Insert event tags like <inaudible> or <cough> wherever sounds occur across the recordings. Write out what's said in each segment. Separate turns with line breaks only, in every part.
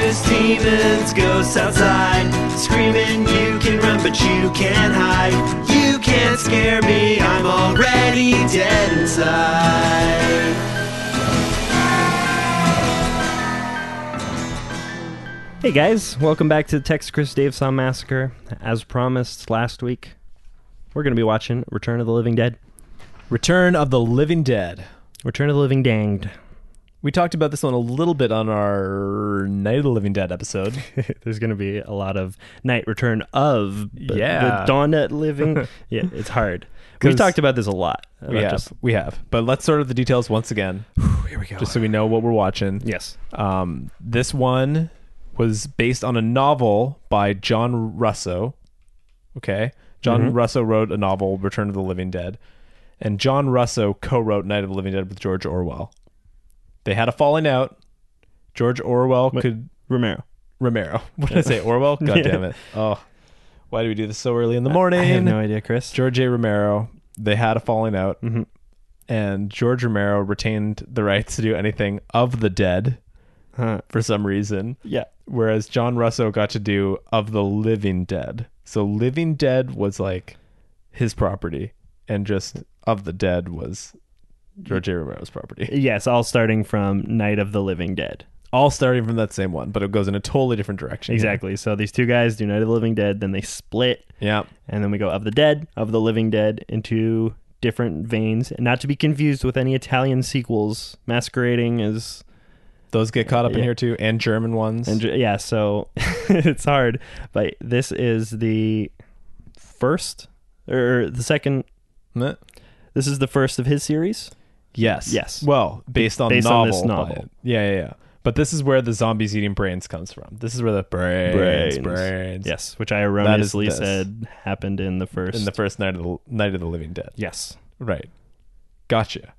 His demons, ghosts outside, screaming, You can run, but you can't hide. You can't scare me, I'm already dead inside.
Hey guys, welcome back to the Texas Chris Dave Saw Massacre. As promised last week, we're going to be watching Return of the Living Dead.
Return of the Living Dead.
Return of the Living Danged.
We talked about this one a little bit on our Night of the Living Dead episode.
<laughs> There's going to be a lot of night return of but
Yeah.
the dawn at <laughs> living. yeah, it's hard. We've
'Cause-
talked about this a lot. About
we have,
just-
we have, but let's sort of the details once again,
here we go.
just so we know what we're watching.
yes.
Um, this one was based on a novel by John Russo. Okay. John Russo wrote a novel, Return of the Living Dead. And John Russo co wrote Night of the Living Dead with George Orwell. They had a falling out. George Orwell could.
Romero.
Romero. <laughs> What did I say? Orwell?
<laughs>
God
Yeah.
damn it. Oh. Why do we do this so early in the morning?
I have no idea, Chris.
George A. Romero. They had a falling out,
Mhm.
and George Romero retained the rights to do anything of the dead
Huh.
for some reason,
Yeah.
whereas John Russo got to do of the living dead. So living dead was like his property, and just of the dead was George A. Romero's property.
Yes, all starting from Night of the Living Dead.
All starting from that same one, but it goes in a totally different direction.
Exactly. So these two guys do Night of the Living Dead, then they split,
Yeah.
and then we go of the dead, of the living dead, into different veins, and not to be confused with any Italian sequels masquerading as
Those get caught up in
Yeah.
here too, and German ones.
And ju- yeah, so <laughs> it's hard, but this is the first or the second.
Meh.
This is the first of his series.
Yes.
Yes.
Well, based on
Based
novel.
on this
but-
novel.
Yeah, yeah, yeah. But this is where the zombies eating brains comes from. This is where the brains,
Brains.
brains,
Yes, which I erroneously
this.
said happened in the first.
In the first night of the night of the living dead.
yes,
Right. Gotcha.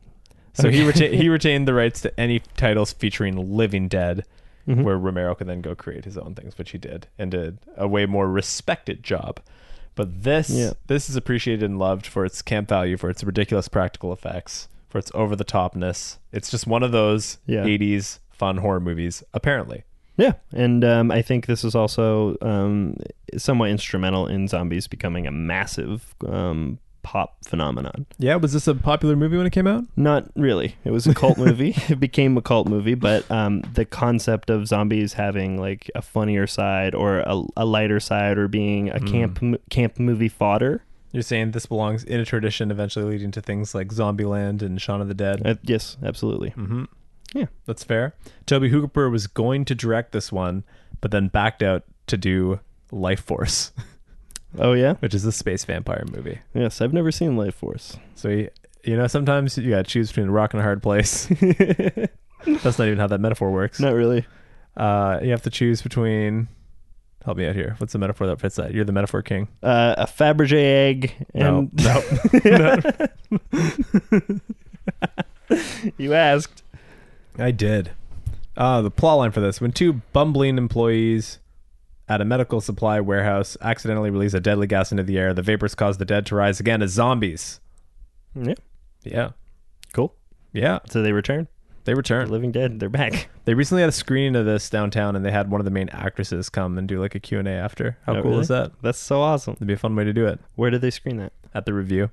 So he reta- <laughs> he retained the rights to any titles featuring living dead, where Romero could then go create his own things, which he did and did a way more respected job. But this
Yeah.
this is appreciated and loved for its camp value, for its ridiculous practical effects, for its over the topness. It's just one of those
Yeah.
'80s fun horror movies, apparently.
yeah, and um, I think this is also um, somewhat instrumental in zombies becoming a massive um, pop phenomenon.
Yeah, was this a popular movie when it came out?
Not really. It was a cult movie. it became a cult movie, but um, the concept of zombies having like a funnier side or a, a lighter side or being a camp mo- camp movie fodder.
You're saying this belongs in a tradition, eventually leading to things like Zombieland and Shaun of the Dead.
Uh, yes, absolutely.
That's fair. Toby Hooper was going to direct this one, but then backed out to do Life Force, <laughs>
Oh yeah.
which is a space vampire movie.
Yes, I've never seen Life Force.
So he, you know, sometimes you gotta choose between a rock and a hard place. <laughs> That's not even how that metaphor works.
Not really.
Uh, you have to choose between. Help me out here. What's the metaphor that fits that? You're the metaphor king.
Uh, a Fabergé egg and
no,
<laughs> you asked.
I did. Uh, the plot line for this when two bumbling employees at a medical supply warehouse accidentally release a deadly gas into the air, the vapors cause the dead to rise again as zombies.
Yeah.
Yeah.
Cool.
Yeah.
So they return.
They
The
return.
Living Dead. They're back. <laughs>
They recently had a screening of this downtown and they had one of the main actresses come and do like a Q&A after. How
Oh,
cool
really?
is that?
That's so awesome.
It'd be a fun way to do it
Where did they screen that?
at the review.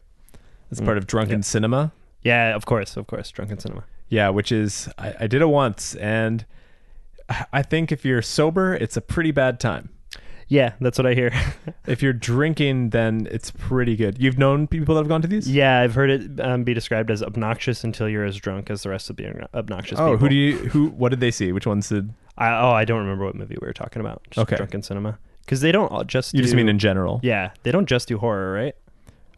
It's part of Drunken Cinema.
Yeah, of course, of course. Drunken Cinema.
Yeah, which is I, I did it once and I- I think if you're sober, it's a pretty bad time.
Yeah, that's what I hear. <laughs>
If you're drinking, then it's pretty good. You've known people that have gone to these?
Yeah, I've heard it um, be described as obnoxious until you're as drunk as the rest of the obno- obnoxious
Oh,
people.
who do you who what did they see? Which ones did
I, oh, I don't remember what movie we were talking about. Just
Okay.
Drunken cinema. Because they don't all just.
you
do,
just mean in general?
Yeah, they don't just do horror, right?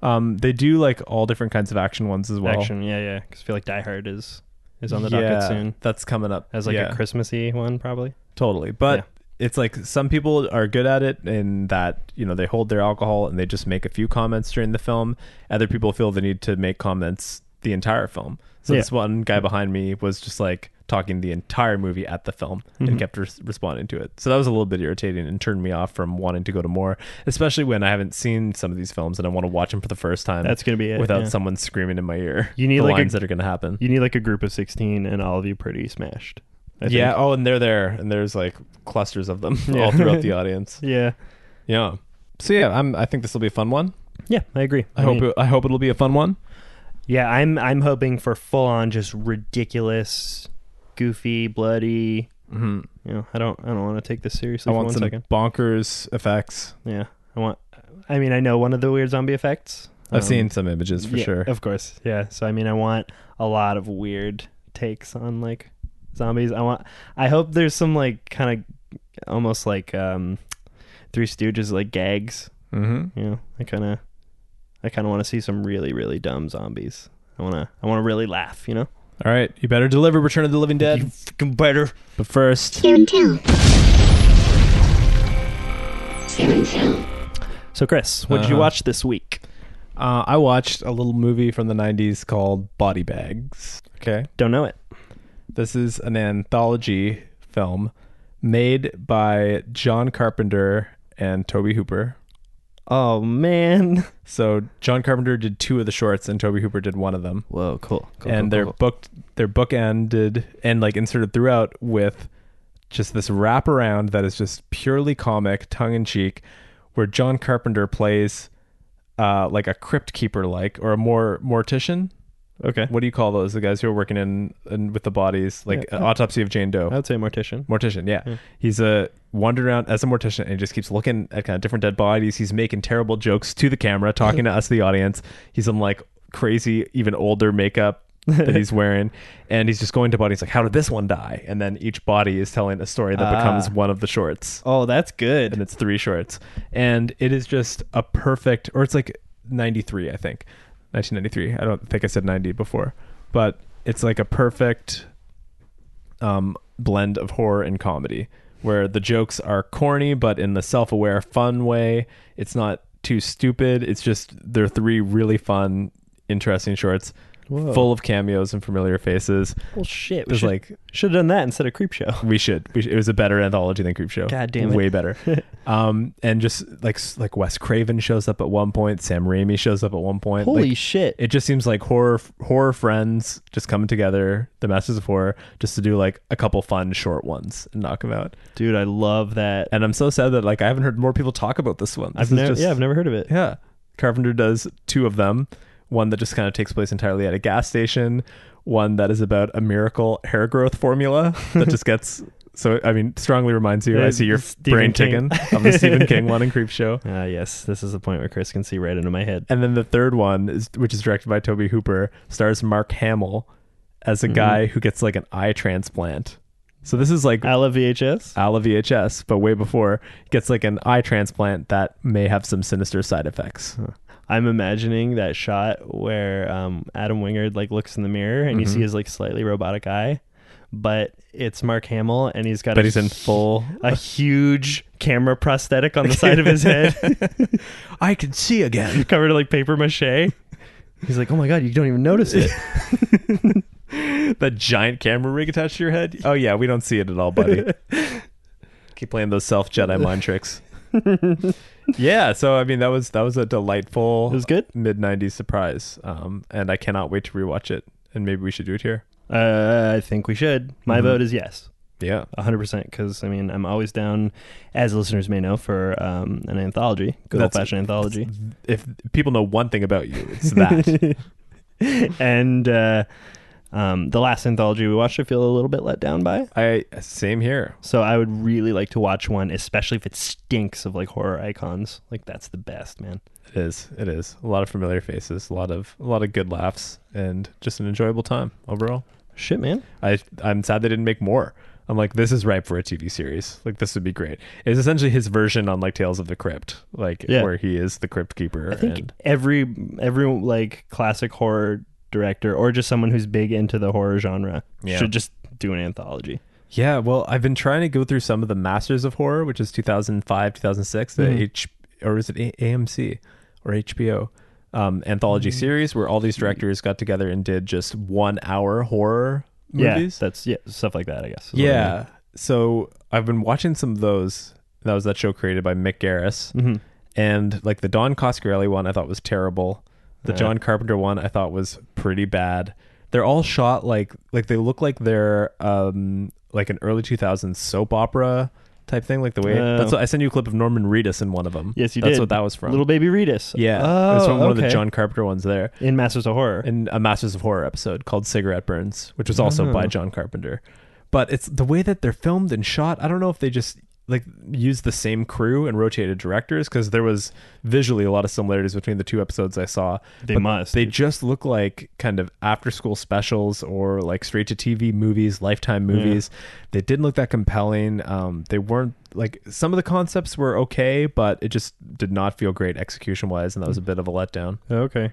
Um they do like all different kinds of action ones as well.
Action. Yeah, yeah. Because I feel like Die Hard is is on the
yeah,
docket soon
That's coming up.
as like
Yeah.
a Christmassy one, probably.
Totally. But
Yeah.
it's like some people are good at it in that, you know, they hold their alcohol and they just make a few comments during the film. Other people feel the need to make comments the entire film. So
Yeah.
this one guy behind me was just like talking the entire movie at the film
Mm-hmm.
and kept res- responding to it. So that was a little bit irritating and turned me off from wanting to go to more, especially when I haven't seen some of these films and I want to watch them for the first time.
That's gonna be it,
without
yeah.
someone screaming in my ear.
You need
the
like a-
lines that are going to happen.
You need like a group of sixteen and all of you pretty smashed. I think.
yeah. Oh, and they're there, and there's like clusters of them
Yeah.
<laughs> all
<laughs>
throughout the audience.
Yeah.
Yeah. So yeah, I'm. I think this will be a fun one.
Yeah, I agree.
I, hope.
mean,
It, I hope it'll be a fun one.
Yeah, I'm I'm hoping for full on just ridiculous, goofy, bloody.
Mm-hmm.
You know, I don't I don't want to take this
I
seriously for
want
one
some
second.
bonkers effects.
Yeah, I want. I mean, I know one of the weird zombie effects.
I've
Um,
seen some images for
yeah,
sure.
Of course, yeah. So I mean, I want a lot of weird takes on like zombies. I want. I hope there's some like kind of almost like um, Three Stooges like gags.
Mm-hmm.
You know, I kind of, I kind of want to see some really really dumb zombies. I wanna, I wanna really laugh. You know.
All right, you better deliver Return of the Living Dead.
fucking better.
But first,
So, Chris, what did you
Uh-huh.
watch this week?
uh, I watched a little movie from the '90s called Body Bags. Okay,
Don't know it.
this is an anthology film made by John Carpenter and Toby Hooper.
Oh man. <laughs>
So John Carpenter did two of the shorts, and Toby Hooper did one of them.
Whoa, cool.
and they're booked, they're bookended and like inserted throughout with just this wraparound that is just purely comic, tongue in cheek, where John Carpenter plays uh, like a crypt keeper, like or a more mortician.
okay.
What do you call those? The guys who are working in, in with the bodies, like
Yeah.
an autopsy of Jane Doe.
I would say mortician. Hmm.
Mortician, yeah. He's a wandered around as a mortician and he just keeps looking at kind of different dead bodies. He's making terrible jokes to the camera, talking to us, the audience. He's in like crazy, even older makeup
<laughs>
that he's wearing. And he's just going to bodies like, How did this one die? And then each body is telling a story that becomes
Ah.
one of the shorts.
Oh, that's
And
good.
it's three shorts. And it is just a perfect or it's like ninety three, I think. Nineteen ninety three. I don't think I said ninety before. But it's like a perfect um, blend of horror and comedy where the jokes are corny but in the self-aware fun way it's not too stupid it's just they're three really fun interesting shorts
Whoa.
full of cameos and familiar faces
Well, shit. We
there's
should,
like
should have done that instead of creep show. <laughs>
we should. We should. It was a better anthology than Creepshow.
God damn it. <laughs>
way better. um, and just like like Wes Craven shows up at one point, Sam Raimi shows up at one point.
Holy
Like,
shit.
It just seems like horror horror friends just coming together, the masters of horror, just to do like a couple fun short ones and knock them out.
Dude, I love that.
And I'm so sad that like I haven't heard more people talk about this one. This
I've
is
never,
just-
yeah, I've never heard of it.
yeah. Carpenter does two of them. One that just kind of takes place entirely at a gas station. One that is about a miracle hair growth formula <laughs> that just gets so. I mean, strongly reminds you.
Uh,
I see your
the Stephen
brain
King.
ticking of the Stephen King <laughs> one and Creep Show.
Ah, yes. This is the point where Chris can see right into my head.
And then the third one is, which is directed by Toby Hooper, stars Mark Hamill as a guy who gets like an eye transplant. So this is like
I love VHS.
a la VHS, but way before gets like an eye transplant that may have some sinister side effects.
I'm imagining that shot where um, Adam Wingard like looks in the mirror and you see his like slightly robotic eye, but it's Mark Hamill and he's got a
But he's in full
<laughs> a huge camera prosthetic on the side of <laughs> his head
I can see again.
covered in like paper mache. He's like, oh my god, you don't even notice <laughs> it.
that giant camera rig attached to your head? Oh yeah, we don't see it at all, buddy.
<laughs>
Keep playing those self Jedi mind tricks. yeah, so I mean that was that was a delightful
It was good.
mid nineties surprise. Um and I cannot wait to rewatch it. And maybe we should do it here.
Uh, I think we should. My
Mm-hmm.
vote is yes,
Yeah.
100%. Because I mean, I'm always down, as listeners may know, for um, an anthology, good old
That's-
fashioned anthology.
If people know one thing about you,
<laughs>
it's that.
and uh, um, the last anthology we watched, I feel a little bit let down by.
I same here.
So I would really like to watch one, especially if it stinks of like horror icons. Like that's the best, man.
It is. It is. A lot of familiar faces, a lot of a lot of good laughs and just an enjoyable time overall.
Shit, man.
I I'm sad they didn't make more. I'm like, this is ripe for a TV series. Like this would be great. It's essentially his version on like Tales of the Crypt, like
Yeah.
where he is the crypt keeper.
I think
and
every every like classic horror director or just someone who's big into the horror genre
Yeah.
should just do an anthology.
yeah, well, I've been trying to go through some of the Masters of Horror, which is 2005, 2006, the
Mm-hmm.
H or is it a- AMC or HBO um, anthology
Mm-hmm.
series where all these directors got together and did just one hour horror movies.
Yeah, that's yeah, stuff like that, I guess. is what I
Yeah. So I've been watching some of those. That was that show created by Mick Garris.
Mm-hmm.
And like the Don Coscarelli one I thought was terrible. The John Carpenter one I thought was pretty bad. They're all shot like like they look like they're um like an early 2000s soap opera type thing like the way
Oh.
that's what, I sent you a clip of Norman Reedus in one of them.
Yes, you
that's
did.
what that was from.
Little Baby Redis.
yeah,
Oh,
it's from one of the
okay.
John Carpenter ones there
in Masters of Horror.
in a Masters of Horror episode called Cigarette Burns, which was also
Oh.
by John Carpenter. But it's the way that they're filmed and shot. I don't know if they just like used the same crew and rotated directors because there was visually a lot of similarities between the two episodes I saw.
They
But
must.
They just look like kind of after school specials or like straight to TV movies, lifetime movies. They didn't look that compelling. Um, they weren't like some of the concepts were okay, but it just did not feel great execution wise, and that was a bit of a letdown.
okay.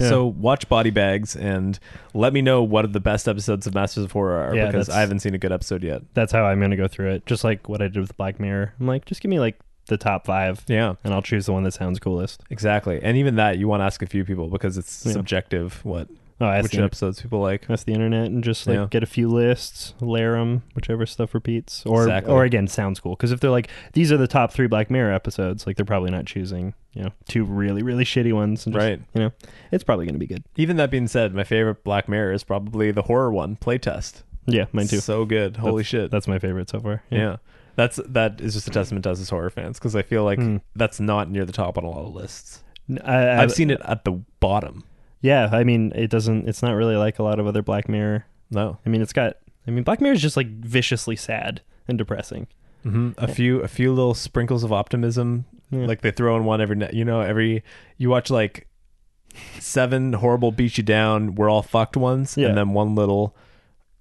Yeah.
So watch Body Bags and let me know what the best episodes of Masters of Horror are
Yeah,
because
that's-
I haven't seen a good episode yet.
that's how I'm gonna go through it. Just like what I did with Black Mirror. I'm like, just give me like the top five,
Yeah,
and I'll choose the one that sounds coolest.
exactly. And even that, you want to ask a few people because it's
Yeah.
subjective what
Oh, I
which
see.
episodes people like.
That's the internet and just like
Yeah.
get a few lists, layer them, whichever stuff repeats, or
Exactly.
or again sounds cool. Because if they're like these are the top three Black Mirror episodes, like they're probably not choosing you know two really really shitty ones. And just,
Right.
You know, it's probably gonna be good.
Even that being said, my favorite Black Mirror is probably the horror one, Playtest.
Yeah, mine too.
So good. Holy shit.
That's my favorite so far.
yeah. That's that is just a testament to us as horror fans because I feel like
Hmm.
that's not near the top on a lot of lists.
N- I,
I,
have
have
seen.
seen it at the bottom.
Yeah, I mean, it doesn't. It's not really like a lot of other Black Mirror.
No,
I mean, it's got. I mean, Black Mirror is just like viciously sad and depressing.
hmm a few a few little sprinkles of optimism,
Yeah.
like they throw in one every night. You know, every you watch like seven horrible beat you down, we're all fucked ones,
Yeah.
and then one little,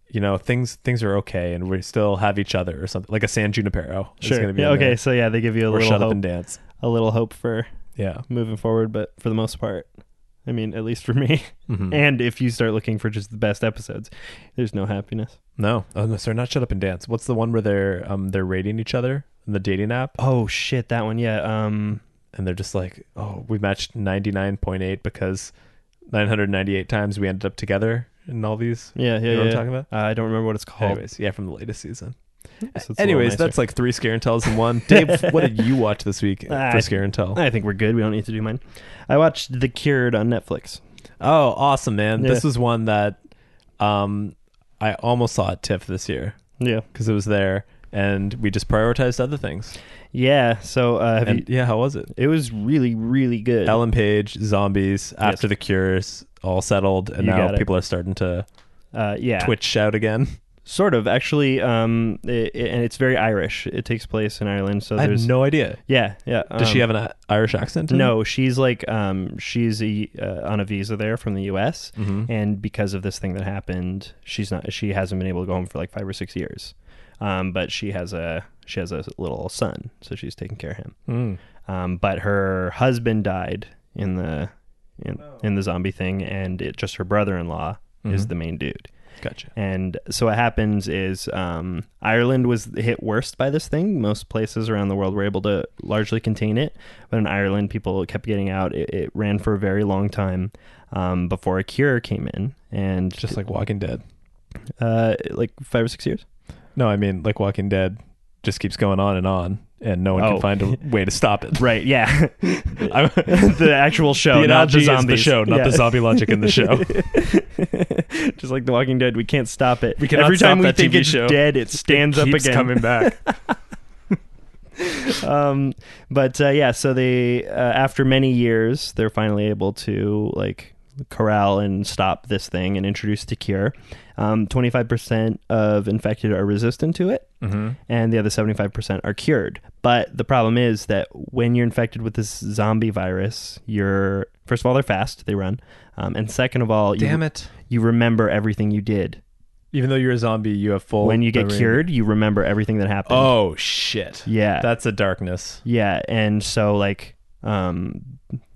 you know, things things are okay, and we still have each other or something like a San Junipero. is
Sure.
gonna be
Yeah,
in
okay.
there.
So yeah, they give you a
or
little
shut
hope,
up and dance.
a little hope for
Yeah.
moving forward, but for the most part, I mean, at least for me. <laughs>
Mhm.
And if you start looking for just the best episodes, there's no happiness.
No, oh, no, sorry, not shut up and dance. What's the one where they're um they're rating each other in the dating app,
Oh shit, that one. Yeah. Um.
and they're just like, oh, we matched ninety nine point eight because nine hundred ninety eight times we ended up together in all these.
Yeah. Yeah.
you know what
yeah.
I'm talking about?
Uh, I don't remember what it's called.
Anyways, yeah, from the latest season.
so it's a little
Anyways,
nicer.
that's like three scare and tells in one.
<laughs>
Dave, what did you watch this week
I-
for scare and tell?
I think we're good. We don't need to do mine. I watched The Cured on Netflix.
Oh, awesome, man! This
Yeah.
was one that um I almost saw at TIFF this year
Yeah.
because it was there, and we just prioritized other things.
Yeah. So uh, have you,
And yeah, how was it?
it was really, really good.
Ellen Page, zombies, after the cures, all settled, and
You got
now
it.
people are starting to
Uh, yeah.
twitch out again. <laughs>
Sort of, actually, um, it, it- and it's very Irish. It takes place in Ireland, so
I had
there's
no idea.
yeah, yeah.
Does she
um,
have an I- Irish accent?
No, she's like um, she's a, uh, on a visa there from the U.S.
Mm-hmm.
and because of this thing that happened, she's not she hasn't been able to go home for like five or six years. Um, but she has a she has a little son, so she's taking care of him.
Mm.
Um, but her husband died in the in,
Oh.
in the zombie thing, and it just her brother-in-law
Mm-hmm.
is the main dude.
Gotcha.
And so what happens is um, Ireland was hit worst by this thing. Most places around the world were able to largely contain it, but in Ireland, people kept getting out. It, it ran for a very long time um, before a cure came in, and
Just like Walking Dead.
uh, like five or six years.
No, I mean like Walking Dead just keeps going on and on, and no one
Oh.
can find a way to stop
<laughs>
it.
Right? Yeah,
I'm-
<laughs> the actual show,
the
not
analogy
the
is
zombies.
show, not
Yeah.
the zombie logic in
<laughs>
the show.
Just like The Walking Dead, we can't stop it.
We cannot
Every
stop
time we
that
think
TV
it's
show.
dead, it stands up
Keeps
again.
coming back.
<laughs>
<laughs>
um, but uh, yeah, so they uh, after many years, they're finally able to like corral and stop this thing and introduce the cure. Twenty five percent of infected are resistant to it,
Mhm.
and the other seventy five percent are cured. But the problem is that when you're infected with this zombie virus, you're first of all they're fast, they run, um, and second of all,
Damn
you,
it!
you remember everything you did.
Even though you're a zombie, you have full.
when you get
memory.
cured, you remember everything that happened.
Oh shit!
yeah,
That's a darkness.
Yeah, and so like um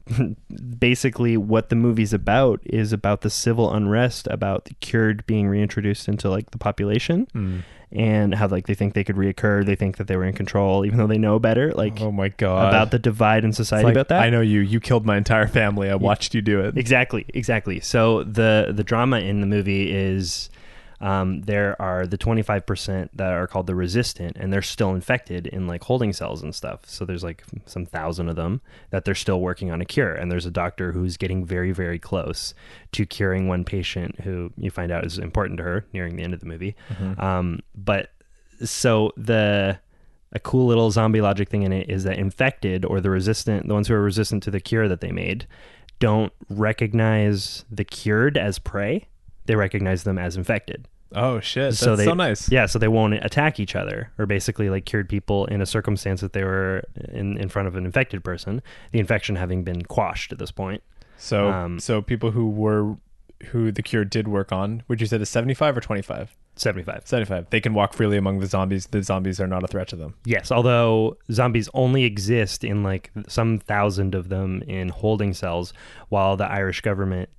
<laughs> basically what the movie's about is about the civil unrest about the cured being reintroduced into like the population
Hmm.
and how like they think they could reoccur, they think that they were in control even though they know better like
Oh my god!
about the divide in
It's
society
like,
about that.
I know you. You killed my entire family. I watched you do it.
Exactly, exactly. So the the drama in the movie is um, there are the 25% that are called the resistant and they're still infected in like holding cells and stuff. So there's like some thousand of them that they're still working on a cure. And there's a doctor who's getting very, very close to curing one patient who you find out is important to her nearing the end of the movie. Um, but so the a cool little zombie logic thing in it is that infected or the resistant, the ones who are resistant to the cure that they made, don't recognize the cured as prey. They recognize them as infected.
Oh shit, that's
so they
so nice.
Yeah, so they won't attack each other or basically like cured people in a circumstance that they were in in front of an infected person, the infection having been quashed at this point.
So
Um,
so people who were who the cure did work on, would you say the 75 or 25?
75.
75. They can walk freely among the zombies. The zombies are not a threat to them.
Yes, although zombies only exist in like some thousand of them in holding cells, while the Irish government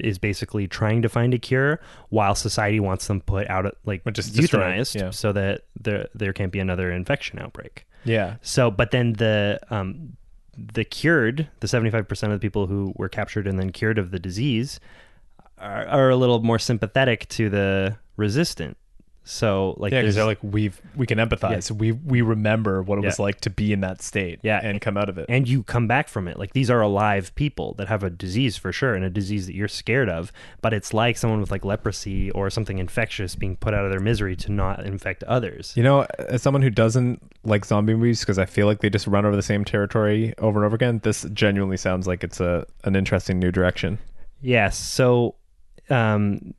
is basically trying to find a cure, while society wants them put out like
But just destroyed,
euthanized,
yeah.
so that there there can't be another infection outbreak.
Yeah.
So, but then the um, the cured, the seventy five percent of the people who were captured and then cured of the disease, are, are a little more sympathetic to the resistant. So, like,
Yeah,
there's
because they're like we've we can empathize. We we remember what it was
Yeah.
like to be in that state.
Yeah.
and come out of it.
and you come back from it. Like these are alive people that have a disease for sure, and a disease that you're scared of. But it's like someone with like leprosy or something infectious being put out of their misery to not infect others.
You know, as someone who doesn't like zombie movies because I feel like they just run over the same territory over and over again, this genuinely sounds like it's a an interesting new direction.
Yes, so um,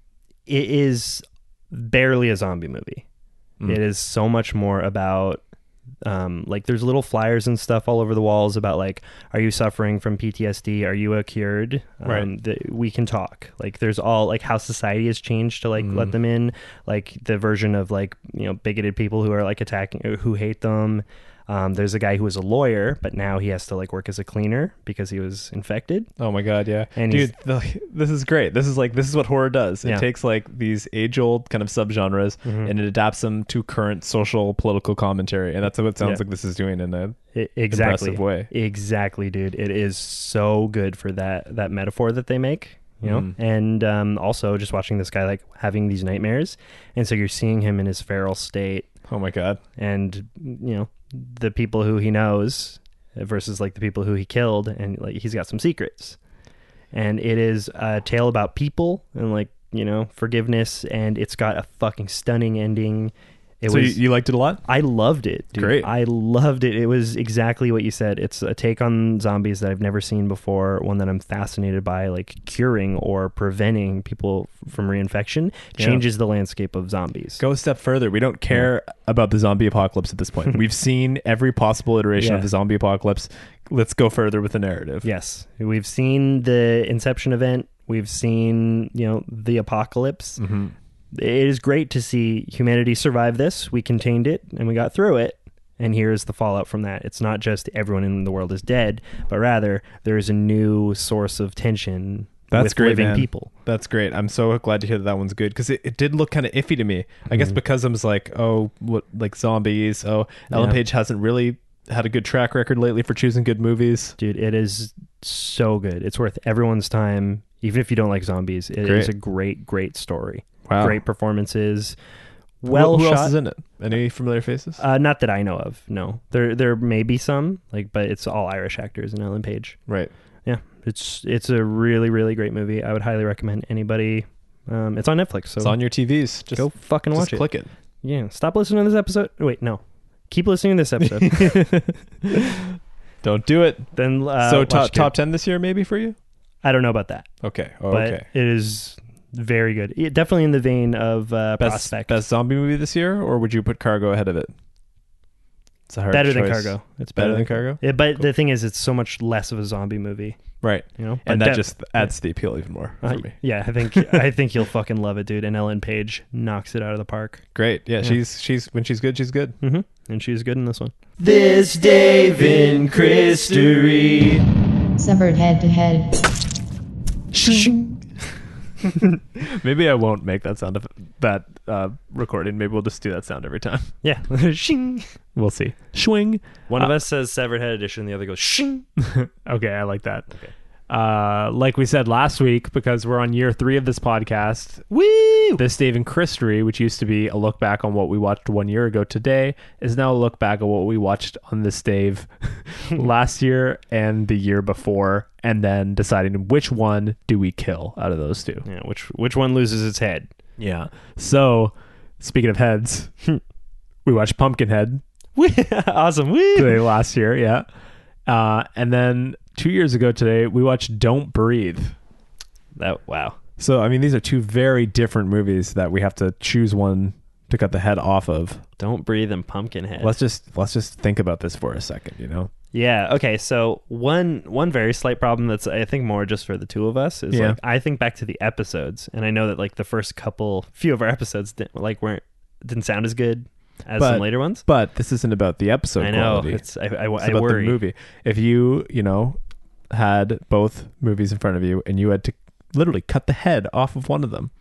it is barely a zombie movie. It is so much more about um, like there's little flyers and stuff all over the walls about like are you suffering from PTSD? Are you a cured? Um,
Right.
that we can talk. Like there's all like how society has changed to like let them in. Like the version of like you know bigoted people who are like attacking or who hate them. Um, there's a guy who was a lawyer, but now he has to like work as a cleaner because he was infected.
Oh my god, yeah,
And
dude, the, this is great. This is like this is what horror does. It
Yeah. Mm-hmm.
takes like these age old kind of subgenres and it adapts them to current social political commentary, and that's what it sounds
Yeah.
like this is doing in a
I- E, exactly
impressive way.
Exactly, dude. It is so good for that that metaphor that they make. You know,
Mm.
and um, also just watching this guy like having these nightmares, and so you're seeing him in his feral state,
Oh my god,
and you know the people who he knows versus like the people who he killed, and like he's got some secrets, and it is a tale about people and like you know forgiveness, and it's got a fucking stunning ending. It
so you, you liked it a lot.
I loved it. Dude.
Great.
I loved it. It was exactly what you said. It's a take on zombies that I've never seen before, one that I'm fascinated by, like curing or preventing people f- from reinfection
Yeah.
changes the landscape of zombies.
Go a step further. We don't care about the zombie apocalypse at
<laughs>
this point. We've seen every possible iteration
Yeah.
of the zombie apocalypse. Let's go further with the narrative.
Yes. We've seen the Inception event. We've seen, you know, the apocalypse.
Mm-hmm.
It is great to see humanity survive this. We contained it and we got through it. And here is the fallout from that. It's not just everyone in the world is dead, but rather there is a new source of tension
That's
with
great,
living
man.
people.
That's great. I'm so glad to hear that, that one's good because it, it did look kind of iffy to me. I
Mm-hmm.
guess because I was like, oh, what like zombies. Oh, Ellen
Yeah.
Page hasn't really had a good track record lately for choosing good movies.
Dude, it is so good. It's worth everyone's time, even if you don't like zombies. It is
Great.
a great, great story.
Wow.
Great performances.
Who-
Well
who,
shot.
else is in it? Any familiar faces?
Uh, not that I know of. No, there there may be some, like, but it's all Irish actors in Ellen Page.
right.
Yeah, it's it's a really really great movie. I would highly recommend anybody. Um, it's on Netflix, so
It's on your TVs. Just
go fucking
just
watch it.
click it.
Yeah, stop listening to this episode. Wait, no, keep listening to this
<laughs>
episode. <laughs>
Don't do it.
then uh,
so
watch
top
Cure.
top ten this year maybe for you.
I don't know about that,
Okay. Oh,
but
okay.
it is very good. It- definitely in the vein of uh,
Best
Prospect.
best zombie movie this year, or would you put Cargo ahead of it? It's a hard
better than
choice.
Cargo. It's
Better
better,
than Cargo?
Yeah, but the thing is, it's so much less of a zombie movie.
Right.
You know, But
and that
def-
just adds to the appeal even more for
Uh,
me.
<laughs> Yeah, I think I think you'll fucking love it, dude. And Ellen Page knocks it out of the park,
Great. Yeah, she's she's when she's good, she's good.
<laughs> mm-hmm. and she's good in this one.
This Dave in Christery.
Severed head to head.
Maybe I won't make that sound of that uh, recording. Maybe we'll just do that sound every time.
Yeah, <laughs> shing. Uh,
We'll see. Swing.
<laughs>
One of us says severed head edition, the other goes shing.
Okay, I like that.
Uh, like we said last week, because we're on year three of this podcast,
Woo!
this Dave and Christery, which used to be a look back on what we watched one year ago today, is now a look back at what we watched on this Dave last year and the year before, and then deciding which one do we kill out of those two.
Yeah, which which one loses its head?
Yeah. So, speaking of heads, we watched Pumpkinhead
Woo! awesome. Woo!
today last year, yeah. Uh, and then two years ago today, we watched Don't Breathe.
That wow.
So I mean, these are two very different movies that we have to choose one to cut the head off of.
Don't breathe in Pumpkinhead.
Let's just let's just think about this for a second. You know,
Yeah. Okay. So one one very slight problem that's I think more just for the two of us is
Yeah.
like I think back to the episodes, and I know that like the first couple few of our episodes didn't like weren't didn't sound as good as
But-
some later ones.
but this isn't about the episode.
I know
quality.
it's I I,
It's
I
about
worry.
the movie. If you you know had both movies in front of you and you had to literally cut the head off of one of them,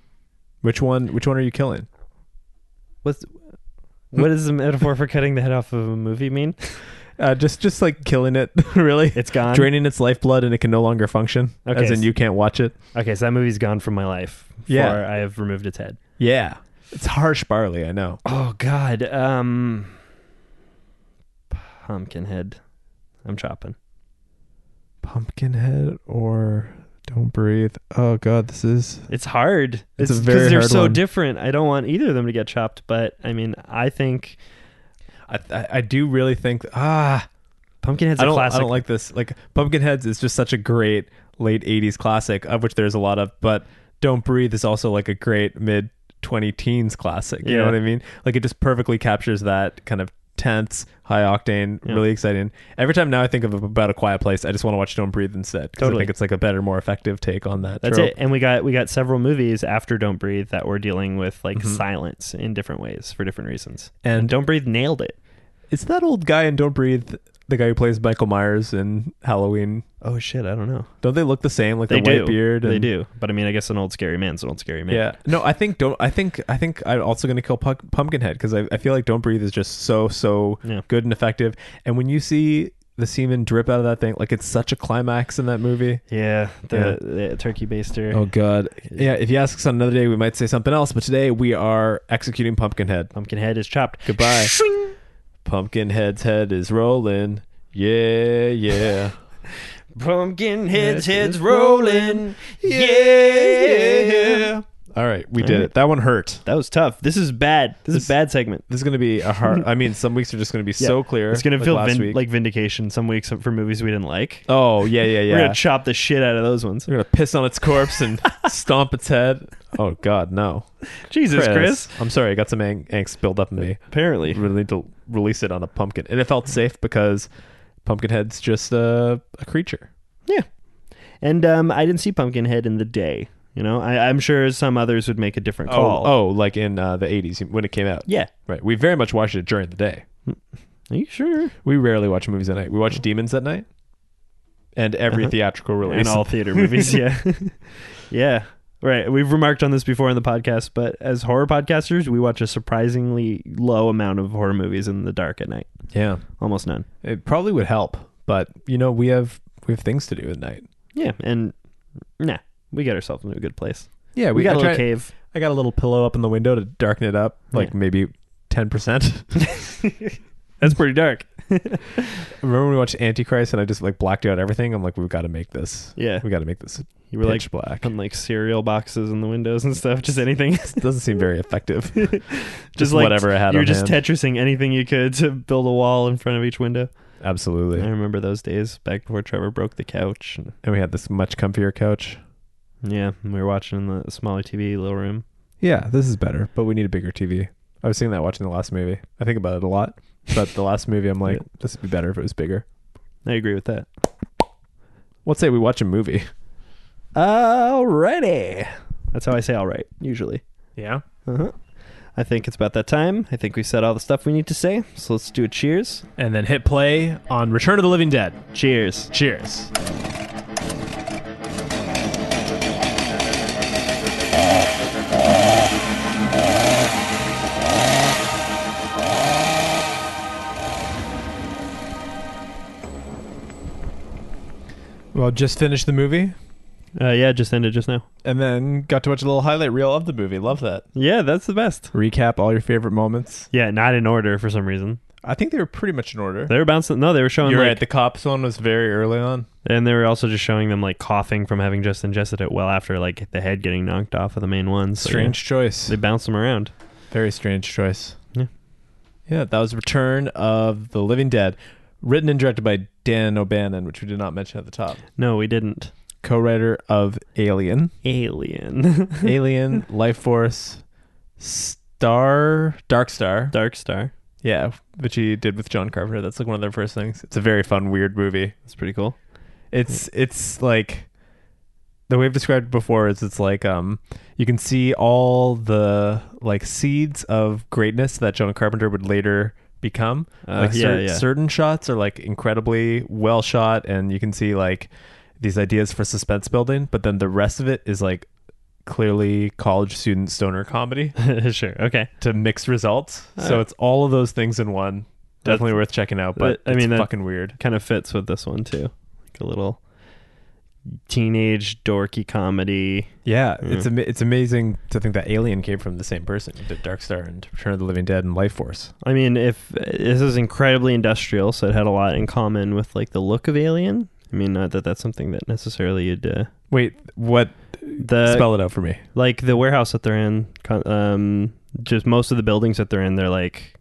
which one which one are you killing?
What's what does the metaphor for cutting the head off of a movie mean?
Uh, just just like killing it, <laughs> really.
It's gone.
draining its lifeblood and it can no longer function.
Okay.
As in, you can't watch it.
Okay, so that movie's gone from my life.
Yeah.
For I have removed its head.
Yeah, it's harsh, Barley. I know.
Oh God. Um. Pumpkinhead. I'm chopping.
Pumpkinhead or Don't Breathe. Oh God, this is
It's hard.
It's a
because
very
they're
hard
so
one.
different. I don't want either of them to get chopped, but I mean, I think
I, I, I do really think ah
Pumpkinhead's
I
a
don't
classic.
I don't like this like Pumpkinheads is just such a great late '80s classic of which there's a lot of but Don't Breathe is also like a great mid 20 teens classic you know
Yeah.
what I mean like it just perfectly captures that kind of tense high octane
Yeah.
really exciting every time now I think of about a quiet place I just want to watch Don't Breathe instead 'cause I
Totally.
think it's like a better more effective take on that
That's
trope.
it. And we got we got several movies after Don't Breathe that were dealing with like silence in different ways for different reasons.
Mm-hmm. And-
Don't Breathe nailed it.
it's that old guy in Don't Breathe the guy who plays Michael Myers in Halloween
Oh shit, I don't know.
don't they look the same like
They
the white
do.
beard
They
and-
do. But I mean, I guess an old scary man's an old scary man.
Yeah. No, I think don't. I think I think I'm also going to kill Puck, Pumpkinhead because I, I feel like Don't Breathe is just so so
Yeah.
good and effective. And when you see the semen drip out of that thing, like it's such a climax in that movie.
Yeah. The, the turkey baster.
Oh, God. Yeah. If you ask us on another day, we might say something else. But today we are executing Pumpkinhead.
Pumpkinhead is chopped.
Goodbye. Pumpkinhead's head is rolling. Yeah. <laughs> Yeah.
Pumpkinhead's head's rolling. Yeah.
All right, we did
right.
it. That one hurt.
That was tough. This is bad. This, is a bad segment.
This is going to be a hard. I mean, some weeks are just going to be
<laughs> Yeah.
so clear.
It's gonna
like
feel
last
vin-
week.
like vindication some weeks for movies we didn't like.
Oh yeah, yeah, yeah.
We're gonna chop the shit out of those
<laughs>
ones.
We're gonna piss on its corpse and
<laughs>
stomp its head. Oh God, no,
Jesus, Chris.
I'm sorry, I got some ang- angst build up in me.
Apparently,
Really need to release it on a pumpkin, and it felt safe because Pumpkinhead's just a, a creature.
yeah. And um, I didn't see Pumpkinhead in the day. You know, I, I'm sure some others would make a different call.
oh, like in uh, the '80s when it came out.
yeah.
right. We very much watched it during the day.
Are you sure?
We rarely watch movies at night. We
Mm.
watch Demons at night, and every theatrical release.
In Uh-huh. all theater movies,
<laughs>
yeah, <laughs> yeah. Right. We've remarked on this before in the podcast, but as horror podcasters, we watch a surprisingly low amount of horror movies in the dark at night.
yeah,
Almost none.
it probably would help, but you know we have we have things to do at night.
Yeah, and nah, we got ourselves into a good place.
Yeah,
We, got
I
a little
try-
cave.
I got a little pillow up in the window to darken it up, like
Yeah.
maybe ten percent. <laughs>
That's pretty dark.
Remember when we watched Antichrist and I just like blacked out everything? I'm like, we've got to make this.
Yeah.
we got to make this.
You were
pitch
like
black.
putting like cereal boxes in the windows and stuff, just anything. <laughs> just,
Doesn't seem very effective. <laughs>
like
whatever I had.
You were
on
just
hand.
Tetrising anything you could to build a wall in front of each window.
absolutely.
I remember those days back before Trevor broke the couch. And,
And we had this much comfier couch.
yeah, and we were watching the smaller TV, little room.
Yeah, this is better, but we need a bigger TV. I was seeing that watching the last movie. I think about it a lot, but the last movie, I'm like, this would be better if it was bigger.
I agree with that.
Let's say we watch a movie.
Alrighty, that's how I say all right usually.
Yeah.
Uh-huh. I think it's about that time. I think we said all the stuff we need to say. So let's do a cheers.
And then hit play on Return of the Living Dead.
Cheers.
Cheers.
Well, just finished the movie
Uh, yeah, just ended just now.
and then got to watch a little highlight reel of the movie. Love that.
Yeah, that's the best.
Recap all your favorite moments.
Yeah, not in order for some reason.
I think they were pretty much in order.
They were bouncing. No, they were showing
You're
like,
right. The cops one was very early on.
and they were also just showing them like coughing from having just ingested it. Well, after like the head getting knocked off of the main one. So, yeah,
Strange choice.
they bounce them around.
Very strange choice.
Yeah.
Yeah, that was Return of the Living Dead, written and directed by Dan O'Bannon, which we did not mention at the top.
No, we didn't.
Co-writer of Alien,
Alien, <laughs>
<laughs> Alien, Life Force, Star, Dark Star.
Dark Star.
Yeah, which he did with John Carpenter. That's like one of their first things. It's a very fun, weird movie.
That's pretty cool.
It's it's like the way I've described it before is it's like um you can see all the like seeds of greatness that John Carpenter would later become.
Uh,
like cer-
yeah, yeah.
certain shots are like incredibly well shot and you can see like these ideas for suspense building, but then the rest of it is like clearly college student stoner comedy
<laughs> sure. Okay.
to mixed results. so
Uh,
it's all of those things in one.
that's-
Definitely worth checking out, but
I
I
mean,
mean, uh,
that-
fucking weird.
Kind of fits with this one too. Like a little teenage dorky comedy.
Yeah,
Yeah.
it's ama- it's amazing to think that Alien came from the same person. who Did Dark Star and Return of the Living Dead and Life Force.
I mean, if this is incredibly industrial, so it had a lot in common with like the look of Alien. I mean, not that that's something that necessarily you'd uh,
Wait, what?
the
Spell it out for me.
like the warehouse that they're in. con- Um, just most of the buildings that they're in, they're like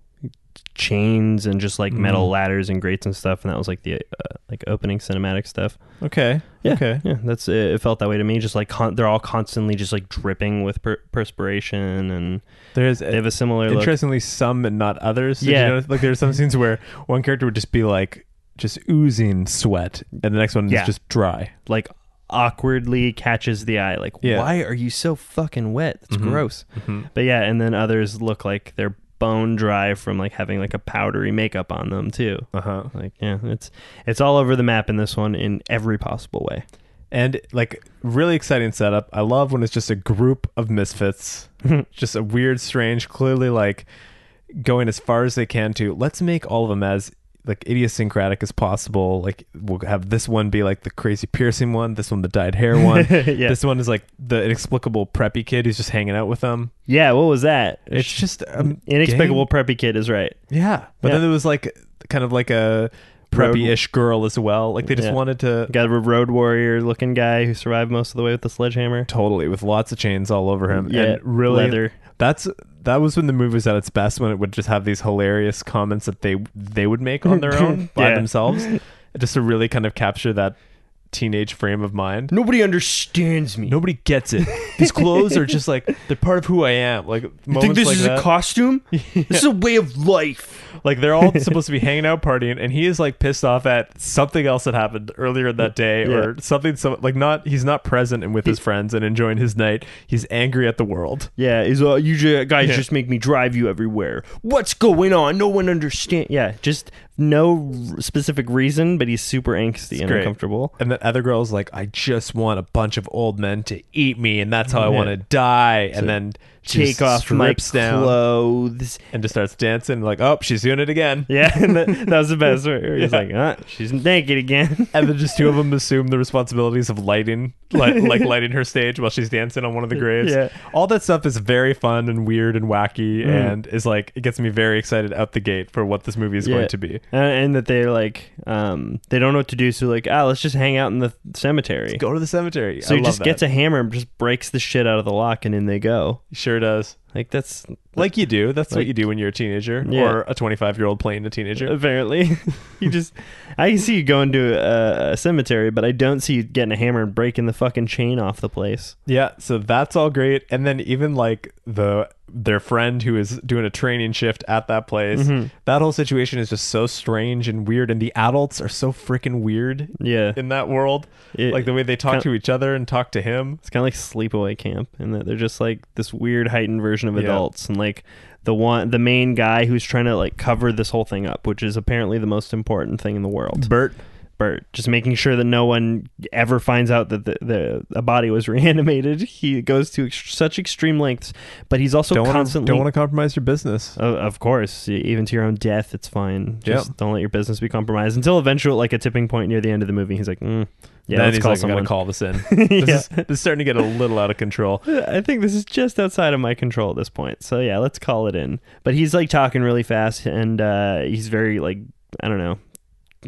chains and just like metal
Mm.
ladders and grates and stuff. And that was like the uh, like opening cinematic stuff.
Okay.
Yeah.
Okay.
Yeah, that's it. It felt that way to me. Just like con- they're all constantly just like dripping with per- perspiration, and
There's
they have a similar look.
interestingly some and not others. Did
Yeah.
You notice, like there's some scenes where one character would just be like just oozing sweat, and the next one
Yeah.
is just dry.
like awkwardly catches the eye. Like,
Yeah.
why are you so fucking wet? It's
Mhm.
gross. But yeah, and then others look like they're bone dry from like having like a powdery makeup on them too.
Uh huh.
Like, yeah, it's it's all over the map in this one in every possible way.
And like really exciting setup. I love when it's just a group
<laughs>
of misfits, just a weird, strange, clearly like going as far as they can to let's make all of them as like idiosyncratic as possible. Like we'll have this one be like the crazy piercing one, this one the
<laughs>
dyed hair one.
Yeah.
This one is like the inexplicable preppy kid who's just hanging out with them.
Yeah, what was that?
It's just um,
inexplicable preppy kid is right.
gang- Yeah, but
Yeah.
then there was like kind of like a preppy-ish girl as well. Like they just
Yeah.
wanted to
Got a road warrior looking guy who survived most of the way with the sledgehammer.
totally with lots of chains all over him
Yeah,
um, and really
leather.
that's that was when the movie was at its best when it would just have these hilarious comments that they they would make on their own by
Yeah.
themselves just to really kind of capture that teenage frame of mind
Nobody understands me.
nobody gets it these clothes are just like they're part of who i am like moments like that.
<laughs> costume? This is a way of life.
like they're all supposed to be hanging out partying and he is like pissed off at something else that happened earlier in that day or something so like not he's not present and with his friends and enjoying his night he's angry at the world
Yeah, is uh, you ju- guys just make me drive you everywhere. What's going on? No one understands. Yeah, just no r- specific reason, but he's super angsty and
great.
uncomfortable.
And the other girl's like, I just want a bunch of old men to eat me, and that's how I want to die. and then she
Take off
just
my
strips down <laughs>
clothes.
and just starts dancing. Like, oh, she's doing it again.
Yeah, and that, that was the best. Right? He's like, uh, she's naked again. <laughs>
And then just two of them assume the responsibilities of lighting, like,
<laughs>
like lighting her stage while she's dancing on one of the graves.
Yeah.
All that stuff is very fun and weird and wacky,
Mm.
and is like it gets me very excited out the gate for what this movie is
Yeah.
going to be.
and, Uh, and that they're like, um, they don't know what to do, so like, ah, let's just hang out in the cemetery.
Go to the cemetery.
So
I
he
love
just
that.
gets a hammer and just breaks the shit out of the lock, and in they go.
sure does.
Like that's
Like you do. That's
Like-
what you do when you're a teenager
Yeah.
or a 25 year old playing a teenager. <laughs>
Apparently, you just I can see you going to a, a cemetery, but I don't see you getting a hammer and breaking the fucking chain off the place.
Yeah, so that's all great. And then even like the their friend who is doing a training shift at that place.
Mm-hmm.
That whole situation is just so strange and weird and the adults are so freaking weird
Yeah,
in that world.
It-
like the way they talk
kinda-
to each other and talk to him.
it's kind of like sleepaway camp, and that they're just like this weird heightened version of
Yeah.
adults, and like the one the main guy who's trying to like cover this whole thing up, which is apparently the most important thing in the world.
Bert
Bert, just making sure that no one ever finds out that the, the a body was <laughs> reanimated. He goes to ex- such extreme lengths, but he's also
don't want to
constantly
don't want to compromise your business.
O- of course, e- even to your own death, it's fine.
Yep.
Just don't let your business be compromised until eventually, like a tipping point near the end of the movie. He's like, mm, "Yeah,
then
let's
he's
call
like, I
someone." <laughs>
gotta call this in. This, is, this is starting to get a little out of control.
I think this is just outside of my control at this point. So yeah, let's call it in. But he's like talking really fast, and uh, he's very like I don't know.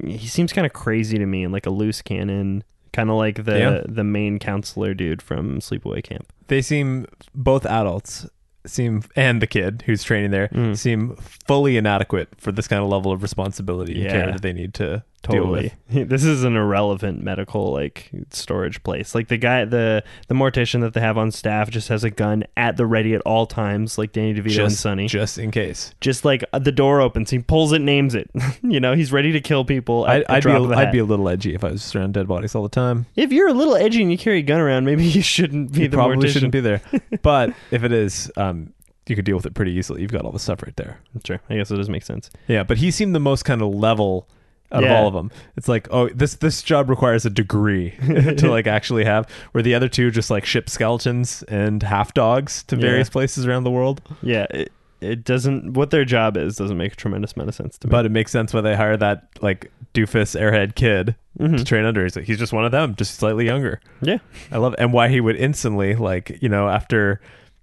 He seems kind of crazy to me, and like a loose cannon, kind of like the
Yeah.
the main counselor dude from Sleepaway Camp.
They seem both adults seem and the kid who's training there
Mm.
seem fully inadequate for this kind of level of responsibility and care
Yeah.
that they need to deal with.
Totally. <laughs> This is an irrelevant medical like storage place. Like the guy, the the mortician that they have on staff just has a gun at the ready at all times, like Danny DeVito and
Just,
Sonny. Just,
just in case.
like uh, the door opens, he pulls it, names it. <laughs> you know, he's ready to kill people. At,
I'd,
at
I'd, be
drop
a,
of the
I'd
hat.
be a little edgy if I was just around dead bodies all the time.
If you're a little edgy and you carry a gun around, maybe <laughs> you shouldn't be
You
the
probably
mortician.
shouldn't
<laughs>
be there. but if it is, um, you could deal with it pretty easily. You've got all the stuff right there.
Sure, I guess it does make sense.
Yeah, but he seemed the most kind of level out
Yeah.
of all of them. It's like, oh, this this job requires a degree <laughs> to like actually have, where the other two just like ship skeletons and half dogs to
Yeah.
various places around the world.
Yeah, it, it doesn't. What their job is doesn't make a tremendous amount of sense to me.
But it makes sense why they hire that like doofus airhead kid to train under. He's like, he's just one of them, just slightly younger.
Mm-hmm. yeah,
I love and why he would instantly like you know after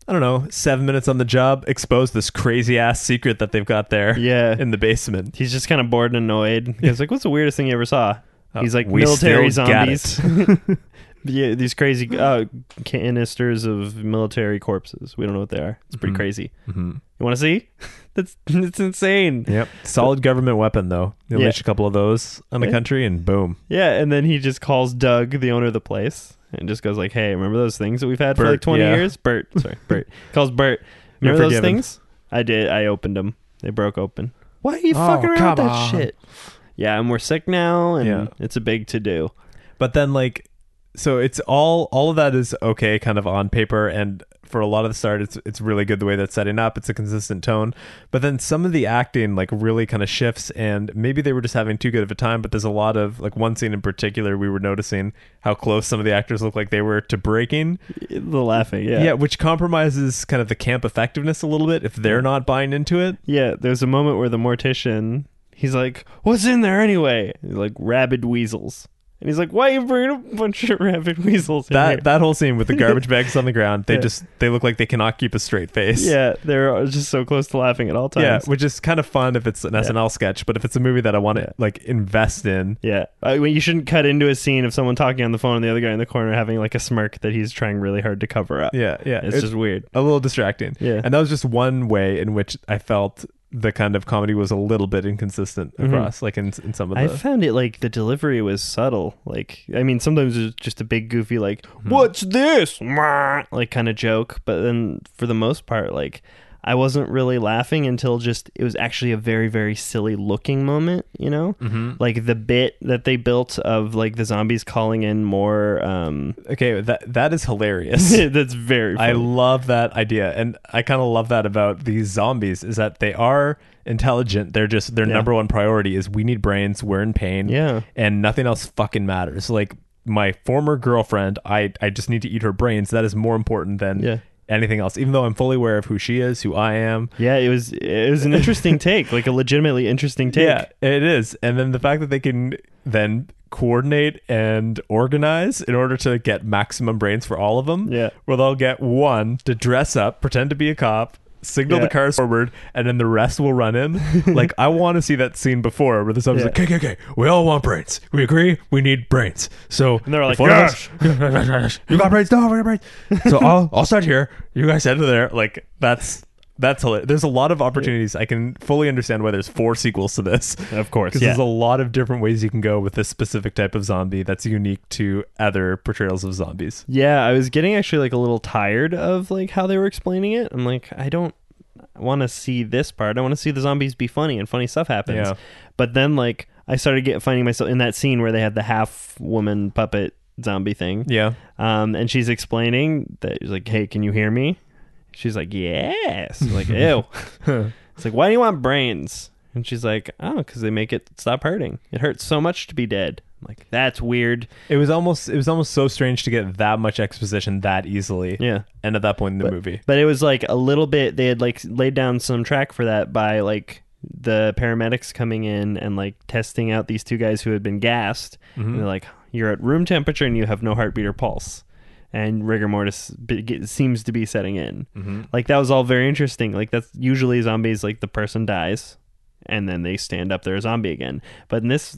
I don't know seven minutes on the job expose this crazy ass secret that they've got there
yeah.
in the basement.
He's just kind of bored and
<laughs>
annoyed. He's like, "What's the weirdest thing you ever saw?"
Uh,
He's like,
we
"Military
still got
zombies."
<laughs>
<laughs> yeah, these crazy uh, canisters of military corpses. We don't know what they are. It's pretty
Mhm.
crazy.
Mm-hmm.
You want to see? <laughs> That's it's insane.
Yep, solid government weapon though.
Yeah.
You unleash a couple of those on the
Yeah.
country and boom,
Yeah, and then he just calls Doug, the owner of the place, and just goes like, "Hey, remember those things that we've had for like
Bert,
twenty
yeah.
years?" Bert, <laughs> sorry, Bert calls Bert.
You're
Remember those
forgiven.
things? I did. I opened them. They broke open. Why are you
Oh,
fucking around with
come
that
on.
shit? Yeah, and we're sick now, and
Yeah.
it's a big to do.
but then like so it's all all of that is okay kind of on paper and for a lot of the start it's it's really good the way that's setting up it's a consistent tone but then some of the acting like really kind of shifts and maybe they were just having too good of a time but there's a lot of like one scene in particular we were noticing how close some of the actors look like they were to breaking
The laughing,
yeah, which compromises kind of the camp effectiveness a little bit if they're not buying into it
Yeah, there's a moment where the mortician, he's like, "What's in there anyway?" He's like rabid weasels, and he's like, "Why are you bringing a bunch of <laughs> rabid weasels?" in
that
here?"
that whole scene with
<laughs>
the garbage bags on the ground they
Yeah.
just they look like they cannot keep a straight face
yeah, they're just so close to laughing at all times.
Yeah, which is kind of fun if it's an SNL sketch, but if it's a movie that I want to
Yeah.
like invest in,
Yeah, I mean, you shouldn't cut into a scene of someone talking on the phone and the other guy in the corner having like a smirk that he's trying really hard to cover up.
yeah, yeah,
it's, just weird.
a little distracting.
Yeah.
and that was just one way in which I felt the kind of comedy was a little bit inconsistent across, like in in some of
Mm-hmm. I
the.
found it like the delivery was subtle. Like, I mean, sometimes it's just a big goofy like, "What's this?" Mwah, like kind of joke, but then for the most part, like. I wasn't really laughing until just it was actually a very very silly looking moment, you know? Mm-hmm. Like the bit that they built of like the zombies calling in more um
okay, that that is
<laughs>
hilarious.
that's very funny.
I love that idea, and I kind of love that about these zombies is that they are intelligent. They're just their
Yeah.
number one priority is we need brains. We're in pain.
Yeah.
and nothing else fucking matters. Like my former girlfriend, I I just need to eat her brains. That is more important than
Yeah.
anything else. Even though I'm fully aware of who she is, who I am.
Yeah, it was it was an interesting take, like a legitimately interesting take.
Yeah, it is. And then the fact that they can then coordinate and organize in order to get maximum brains for all of them.
Yeah.
Where they'll get one to dress up, pretend to be a cop, signal
Yeah.
the cars forward, and then the rest will
<laughs>
run in. like I want to see that scene before where the zombie's
Yeah.
like, okay, okay, okay, we all want brains. We agree, we need brains. So
they're all
if
like,
one of us- you got brains, no, we got <laughs> brains. So I'll I'll start here. You guys head to there. Like that's that's hilarious. There's a lot of opportunities. I can fully understand why there's four sequels to this.
Of course,
Because
yeah.
there's a lot of different ways you can go with this specific type of zombie that's unique to other portrayals of zombies.
Yeah, I was getting actually like a little tired of like how they were explaining it. I'm like, I don't want to see this part. I want to see the zombies be funny and funny stuff happens.
Yeah.
But then like I started get finding myself in that scene where they had the half woman puppet zombie thing.
Yeah.
Um, and she's explaining that she's like, "Hey, can you hear me?" She's like, "Yes." I'm like, ew. it's like, why do you want brains? And she's like, "Oh, because they make it stop hurting. It hurts so much to be dead." I'm like, that's weird.
It was almost it was almost so strange to get that much exposition that easily.
Yeah.
And at that point in the movie.
But it was like a little bit. They had like laid down some track for that by like the paramedics coming in and like testing out these two guys who had been gassed. And they're like, "You're at room temperature and you have no heartbeat or pulse." And rigor mortis be- get- seems to be setting in. Like that was all very interesting. Like that's usually zombies. Like the person dies, and then they stand up. They're a zombie again. But in this,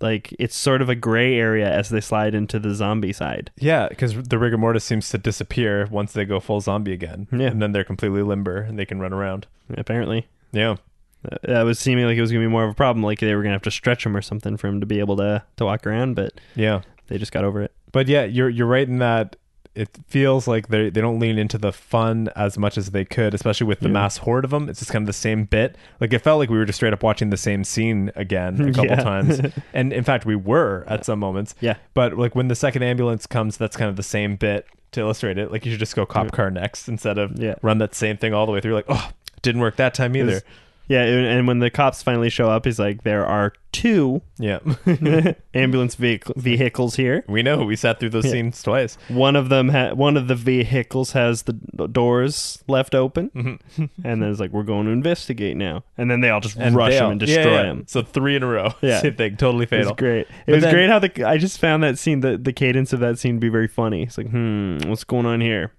like it's sort of a gray area as they slide into the zombie side.
Yeah, because the rigor mortis seems to disappear once they go full zombie again.
Yeah.
And then they're completely limber and they can run around.
Apparently,
Yeah.
That- that was seeming like it was going to be more of a problem. Like they were going to have to stretch him or something for him to be able to to walk around, but
Yeah.
they just got over it.
But yeah, you're you're right in that it feels like they they don't lean into the fun as much as they could, especially with the mass horde of them. It's just kind of the same bit. Like it felt like we were just straight up watching the same scene again
<laughs>
a couple
Yeah.
times, and in fact we were at some moments.
Yeah.
But like when the second ambulance comes, that's kind of the same bit to illustrate it. Like you should just go cop car next instead of
Yeah.
run that same thing all the way through. Like oh, didn't work that time either.
was- Yeah, and, and when the cops finally show up, he's like, "There are
<laughs>
two <laughs>
yeah.
ambulance vehicle, vehicles here.
we know we sat through those scenes twice.
One of them, ha- one of the vehicles has the d- doors left open,
Mm-hmm.
and then it's like, we're going to investigate now. And then they all just rush
they
him
all-
and
yeah,
destroy
yeah.
him.
So three in a row. <laughs>
Yeah.
Same thing. Totally
It
fatal.
was great. It
But
was
then-
great how the I just found that scene the the cadence of that scene to be very funny. It's like, hmm, what's going on here?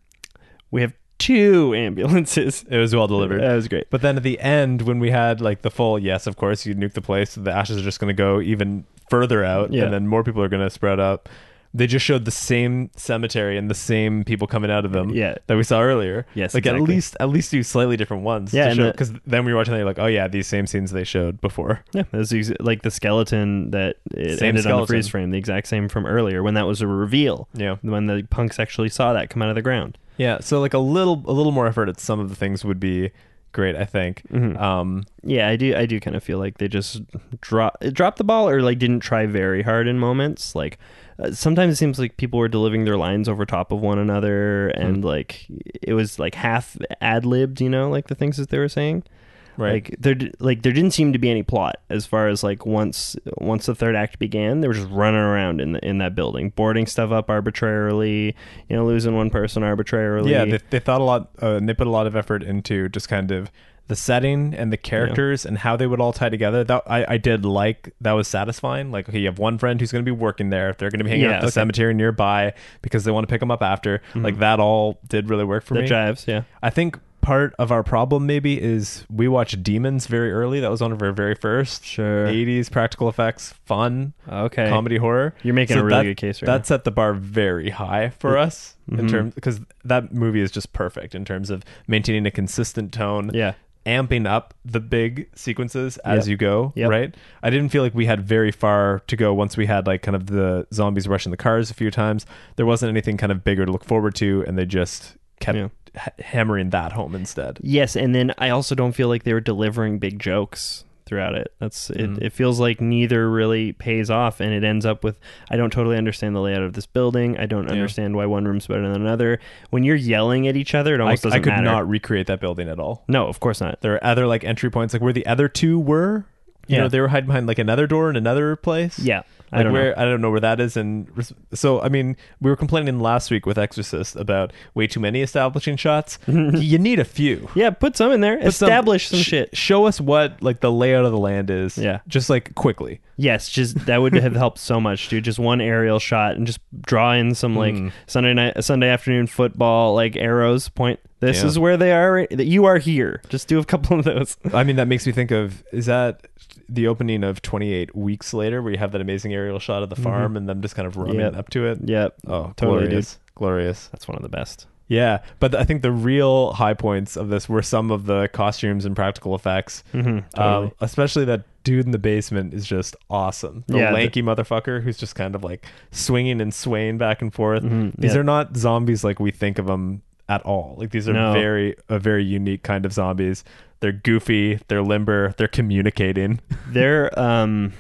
We have two <laughs> ambulances.
It was well delivered.
That was great.
But then at the end, when we had like the full yes, of course, you nuke the place, the ashes are just going to go even further out,
Yeah.
and then more people are going to spread up. They just showed the same cemetery and the same people coming out of them
Yeah.
that we saw earlier.
Yes,
like at
exactly.
least at least do slightly different ones.
Yeah, and the-
because then we were watching, they're like, oh yeah, these same scenes they showed before.
Yeah, it was ex- like the skeleton that it ended
Same
on the
skeleton.
freeze frame, the exact same from earlier when that was a reveal.
Yeah.
when the punks actually saw that come out of the ground.
Yeah, so like a little a little more effort at some of the things would be great. I think.
Mm-hmm.
Um,
Yeah, I do. I do kind of feel like they just drop dropped the ball, or like didn't try very hard in moments. Like uh, sometimes it seems like people were delivering their lines over top of one another, and
Mm-hmm.
like it was like half ad libbed. You know, like the things that they were saying.
right.
Like there, di- like there didn't seem to be any plot as far as like once once the third act began, they were just running around in the, in that building, boarding stuff up arbitrarily, you know, losing one person arbitrarily.
Yeah, they, they thought a lot uh, and they put a lot of effort into just kind of the setting and the characters and how they would all tie together. That I, I did like that was satisfying. Like, okay, you have one friend who's going to be working there. They're going to be hanging out
Yeah,
at the
okay. Mm-hmm.
cemetery nearby because they want to pick them up after. Like that all did really work for
the
me.
jives. Yeah,
I think part of our problem maybe is we watched Demons very early. That was one of our very first
Sure.
80s practical effects fun
okay.
comedy horror.
You're making a really
that-
good case right Mm-hmm.
That set the bar very high for us in terms because that movie is just perfect in terms of maintaining a consistent tone.
Yeah.
Amping up the big sequences as
Yep.
you go,
Yep.
right? I didn't feel like we had very far to go once we had like kind of the zombies rushing the cars a few times. There wasn't anything kind of bigger to look forward to, and they just kept
Yeah.
ha- hammering that home instead.
Yes, and then I also don't feel like they were delivering big jokes throughout it. That's
Mm.
it, it feels like neither really pays off and it ends up with I don't totally understand the layout of this building. I don't understand why one room's better than another. When you're yelling at each other, it
I,
almost
I
doesn't
could
matter.
not recreate that building at all.
no, of course not.
There are other like entry points, like where the other two were. You
Yeah.
know, they were hiding behind like another door in another place.
Yeah. I
Like
don't
where
know.
I don't know where that is, and res- so I mean, we were complaining last week with Exorcist about way too many
<laughs>
establishing shots. you need a few.
Yeah, put some in there.
Put some-
Establish some,
sh-
shit.
Show us what like the layout of the land is.
Yeah.
just like quickly.
Yes, just that would have helped so much, dude. Just one aerial shot and just draw in some like Sunday night, Sunday afternoon football like arrows. Point. This
Yeah.
is where they are. That you are here. Just do a couple of those. <laughs>
I mean, that makes me think of is that the opening of Twenty Eight Weeks Later, where you have that amazing aerial shot of the farm and them just kind of running
Mm-hmm. Yep.
up to it.
Yep.
Oh,
Totally, dude.
glorious, glorious.
That's one of the best.
Yeah, but I think the real high points of this were some of the costumes and practical effects.
Mm-hmm, totally.
Um, especially that dude in the basement is just awesome. The
Yeah, the-
lanky motherfucker who's just kind of like swinging and swaying back and forth. These
Mm-hmm, yeah.
are not zombies like we think of them at all. Like these are
No.
very a very unique kind of zombies. They're goofy, they're limber, they're communicating.
They're um,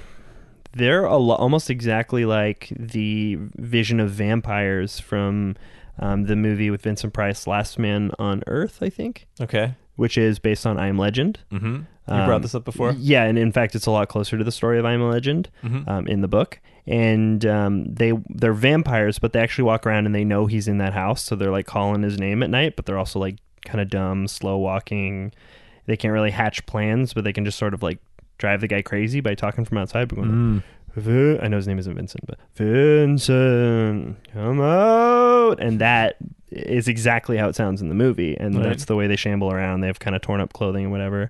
they're a lo- almost exactly like the vision of vampires from um, the movie with Vincent Price, Last Man on Earth. I think
Okay.
which is based on I Am Legend.
Mm-hmm. You
Um,
brought this up before. Mm-hmm.
Yeah, and in fact, it's a lot closer to the story of I'm a Legend um, in the book. And um, they they're vampires, but they actually walk around and they know he's in that house, so they're like calling his name at night. But they're also like kind of dumb, slow walking. They can't really hatch plans, but they can just sort of like drive the guy crazy by talking from outside. But going,
Mm.
"Vin-" I know his name isn't Vincent, but Vincent, come out, and that is exactly how it sounds in the movie, and
Right.
that's the way they shamble around. They have kind of torn up clothing and whatever.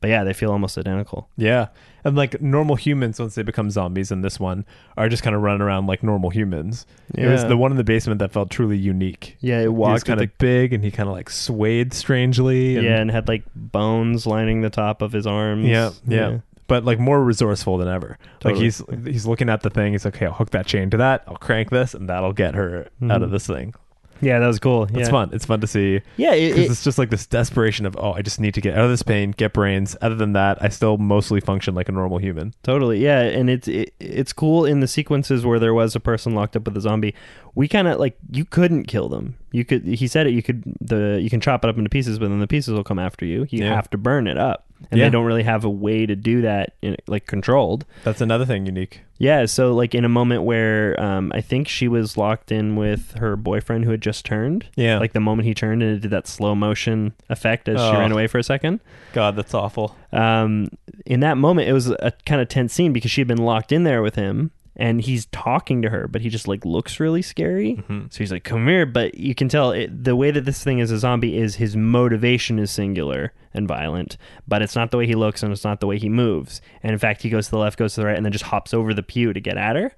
But yeah, they feel almost identical.
Yeah. And like normal humans, once they become zombies in this one, are just kind of running around like normal humans. It was
Yeah.
the one in the basement that felt truly unique.
Yeah, it
He was
walked
kind of big and he kind of like swayed strangely. And,
yeah, and had like bones lining the top of his arms.
yeah. Yeah. But like more resourceful than ever. Like
Totally.
he's he's looking at the thing. He's like, okay, I'll hook that chain to that. I'll crank this, and that'll get her out of this thing.
Yeah, that was cool.
It's
yeah.
fun. It's fun to see.
Yeah, it-
because
it-
it's just like this desperation of oh, I just need to get out of this pain, get brains. Other than that, I still mostly function like a normal human.
Totally, yeah, and it's it, it's cool in the sequences where there was a person locked up with a zombie. We kind of like you couldn't kill them. You could, he said it. You could the you can chop it up into pieces, but then the pieces will come after you. You
Yeah.
have to burn it up, and
Yeah.
they don't really have a way to do that, in, like controlled.
That's another thing unique.
Yeah, so like in a moment where um, I think she was locked in with her boyfriend who had just turned.
Yeah.
Like the moment he turned and it did that slow motion effect as she
Oh.
ran away for a second.
God, that's awful.
Um, in that moment, it was a kind of tense scene because she had been locked in there with him and he's talking to her, but he just like looks really scary. So he's like, come here. But you can tell it, the way that this thing is a zombie is his motivation is singular and violent, but it's not the way he looks and it's not the way he moves. And in fact, he goes to the left, goes to the right, and then just hops over the pew to get at her.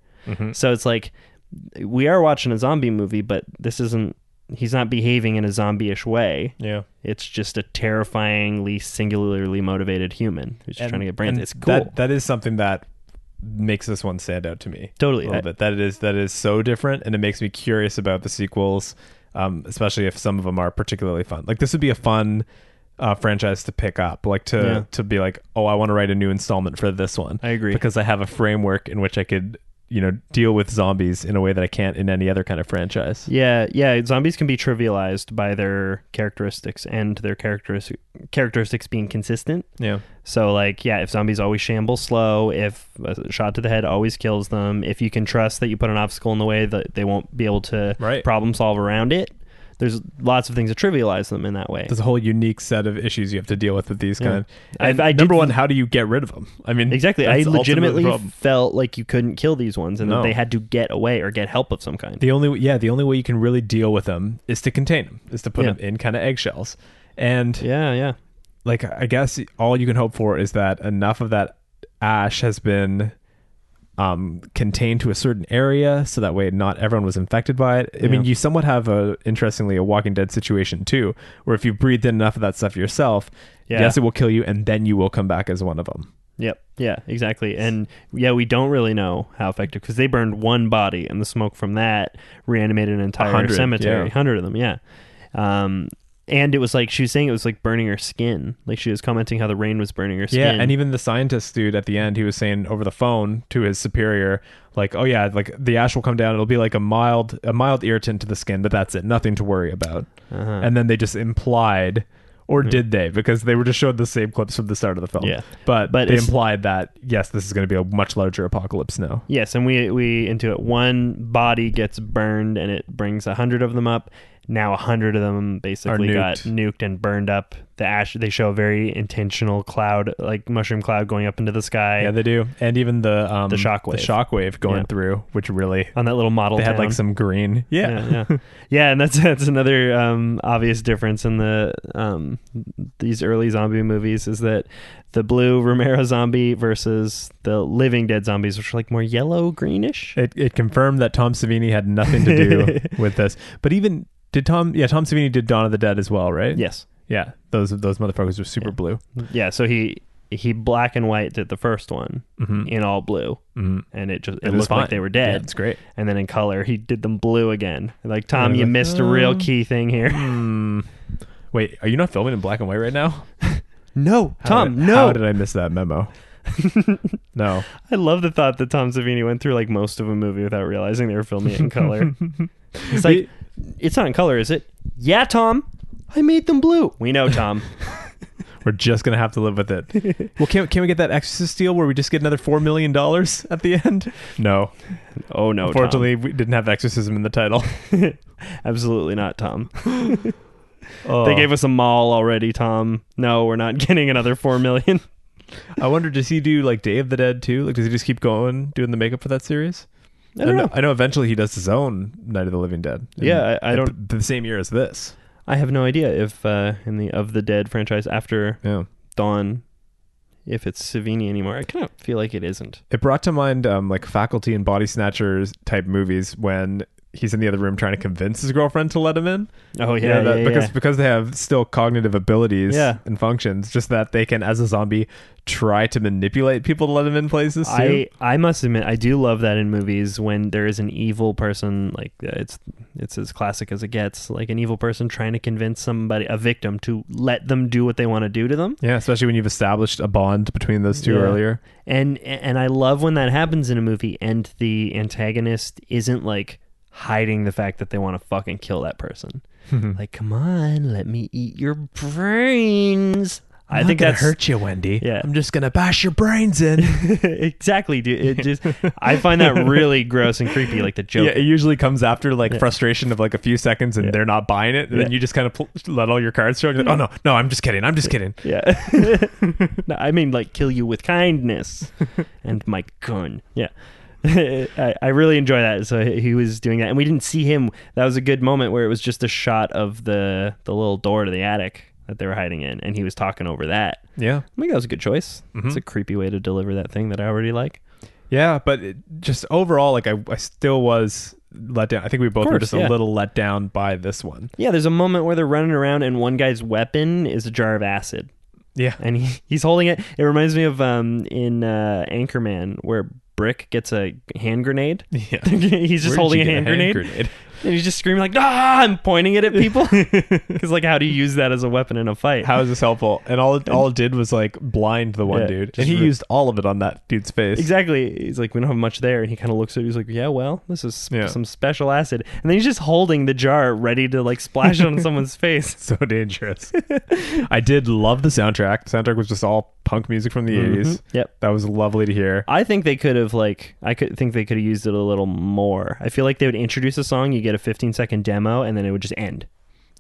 So it's like we are watching a zombie movie, but this isn't. He's not behaving in a zombie-ish way.
Yeah.
It's just a terrifyingly singularly motivated human who's just trying to get brains.
and
It's cool.
That, that is something that makes this one stand out to me.
Totally.
A little
I-
bit. That is that is so different and it makes me curious about the sequels. Um, especially if some of them are particularly fun. Like this would be a fun uh, franchise to pick up, like to
Yeah.
to be like, oh, I want to write a new installment for this one.
I agree.
because I have a framework in which I could, you know, deal with zombies in a way that I can't in any other kind of franchise.
yeah, yeah. Zombies can be trivialized by their characteristics and their characteris- characteristics being consistent.
Yeah,
So, like, yeah, if zombies always shamble slow, if a shot to the head always kills them, if you can trust that you put an obstacle in the way that they won't be able to
Right.
problem solve around it, there's lots of things that trivialize them in that way.
there's a whole unique set of issues you have to deal with with these kind.
I-
And
I did-
number one, how do you get rid of them? I mean,
Exactly.
that's
I
ultimately
legitimately
the problem.
felt like you couldn't kill these ones and
No.
that they had to get away or get help of some kind.
The only yeah, the only way you can really deal with them is to contain them, is to put
Yeah.
them in kind of eggshells. And
Yeah, yeah.
like I guess all you can hope for is that enough of that ash has been um, contained to a certain area, so that way not everyone was infected by it. I mean,
Yeah.
you somewhat have a interestingly a Walking Dead situation too, where if you breathe in enough of that stuff yourself,
Yeah.
yes, it will kill you, and then you will come back as one of them.
Yep. Yeah, exactly. And yeah, we don't really know how effective because they burned one body and the smoke from that reanimated an entire
100,
cemetery.
yeah.
Hundred of them, yeah. Um and it was like she was saying it was like burning her skin. Like she was commenting how the rain was burning her skin.
Yeah, and e- even the scientist dude at the end, he was saying over the phone to his superior, like, "Oh yeah, like the ash will come down. It'll be like a mild, a mild irritant to the skin, but that's it. Nothing to worry about."
Uh-huh. Hmm.
And then they just implied, or did they? Because they were just showed the same clips from the start of the film.
Yeah.
but
But
they
it's-
implied that yes, this is going to be a much larger apocalypse now.
Yes, and we we into it. One body gets burned, and it brings a hundred of them up. Now a hundred of them basically
Are nuked.
got nuked and burned up. The ash. They show a very intentional cloud, like mushroom cloud, going up into the sky
Yeah, they do, and even the um,
The shockwave.
the shockwave going
Yeah.
through, which really
on that little model.
they had like
town.
some green. <laughs>
yeah, yeah, yeah. And that's <laughs> that's another um, obvious difference in the um, these early zombie movies is that the blue Romero zombie versus the Living Dead zombies, which are like more yellow greenish.
It, it confirmed that Tom Savini had nothing
<laughs>
to do with this. But even did Tom? Yeah, Tom Savini did Dawn of the Dead as well, right?
Yes.
yeah. Those those motherfuckers were super blue.
Yeah, so he he black and white did the first one in all blue,
Mhm.
and it just it,
Mm. It Mm-hmm. was
looked
fine.
like they were dead.
Yeah, it's great.
And then in color, he did them blue again. Like Tom,
Yeah,
you
like, "Oh."
missed a real key thing here.
Hmm. Wait, are you not filming in black and white right now?
<laughs> No,
How
Tom,
did-
no.
How did I miss
<laughs>
that memo? no.
<laughs> I love the thought that Tom Savini went through like most of a movie without realizing they were filming it in
<laughs>
color. <laughs> it's like it's not in color, is it? Yeah, Tom. I made them blue. We know, Tom.
We're just gonna have to live
<laughs>
with it. Well, can can we get that Exorcist deal where we just get another four million dollars at the end? No,
Oh no, Tom.
unfortunately, we didn't have exorcism in the title.
absolutely not, Tom.
Oh.
They gave us a mall already, Tom. No, we're not <laughs> getting another four million.
I wonder, does he do like Day of the Dead too? Like, does he just keep going doing the makeup for that series?
I don't
know.
know.
I know eventually he does his own Night of the Living Dead.
Yeah, I- I
at
don't-
the same year as this.
I have no idea if uh, in the of the dead franchise after
Yeah.
Dawn, if it's Savini anymore. I kind of feel like it isn't.
It brought to mind um, like faculty and body snatchers type movies when he's in the other room trying to convince his girlfriend to let him in.
Oh
You know, that- because because they have still cognitive abilities
Yeah.
and functions, just that they can as a zombie try to manipulate people to let him in places too.
I, I must admit I do love that in movies when there is an evil person like uh, it's it's as classic as it gets like an evil person trying to convince somebody a victim to let them do what they want to do to them
yeah, especially when you've established a bond between those two
Yeah.
earlier.
and and I love when that happens in a movie and the antagonist isn't like hiding the fact that they want to fucking kill that person like come on let me eat your brains I think that's
you, Wendy.
Yeah. I'm
just gonna bash your brains <laughs> in.
<laughs> exactly dude it just I find that really gross and creepy like the joke
Yeah, it usually comes after like frustration of like a few seconds, and they're not buying it, and then
Yeah.
you just kind of pl- let all your cards show. and you're like, oh no, no, I'm just kidding. I'm just kidding.
Yeah. no, I mean, like, kill you with kindness and my gun. Yeah. <laughs> I, I really enjoy that. So he he was doing that, and we didn't see him. That was a good moment where it was just a shot of the the little door to the attic that they were hiding in, and he was talking over that.
Yeah,
I think that was a good choice. It's a creepy way to deliver that thing that I already like.
yeah, but it, just overall, like I, I still was let down. I think we both were
course,
just
yeah.
a little let down by this one.
Yeah, there's a moment where they're running around, and one guy's weapon is a jar of acid.
Yeah,
and he, <laughs> he's holding it. It reminds me of um in uh, Anchorman where Brick gets a hand grenade.
<laughs> Yeah.
<laughs> he's
Where
just
did
holding
you
a
get
hand, grenade, and he's just screaming like ah, and pointing it at
<laughs>
people. <laughs> Because like, how do you use that as a weapon in a fight?
How is this helpful? And all it, all it did was like blind the one
Yeah,
dude, and
just
he
re-
used all of it on that dude's face.
Exactly. He's like, we don't have much there, and he kind of looks at. it. He's like, yeah, well, this is sp-
Yeah.
some special acid, and then he's just holding the jar ready to like splash it
<laughs>
on someone's face.
so dangerous. I did love the soundtrack. The soundtrack was just all punk music from the
Mm-hmm.
80s.
Yep.
That was lovely to hear.
I think they could have like I could think they could have used it a little more. I feel like they would introduce a song, you get a 15 second demo, and then it would just end.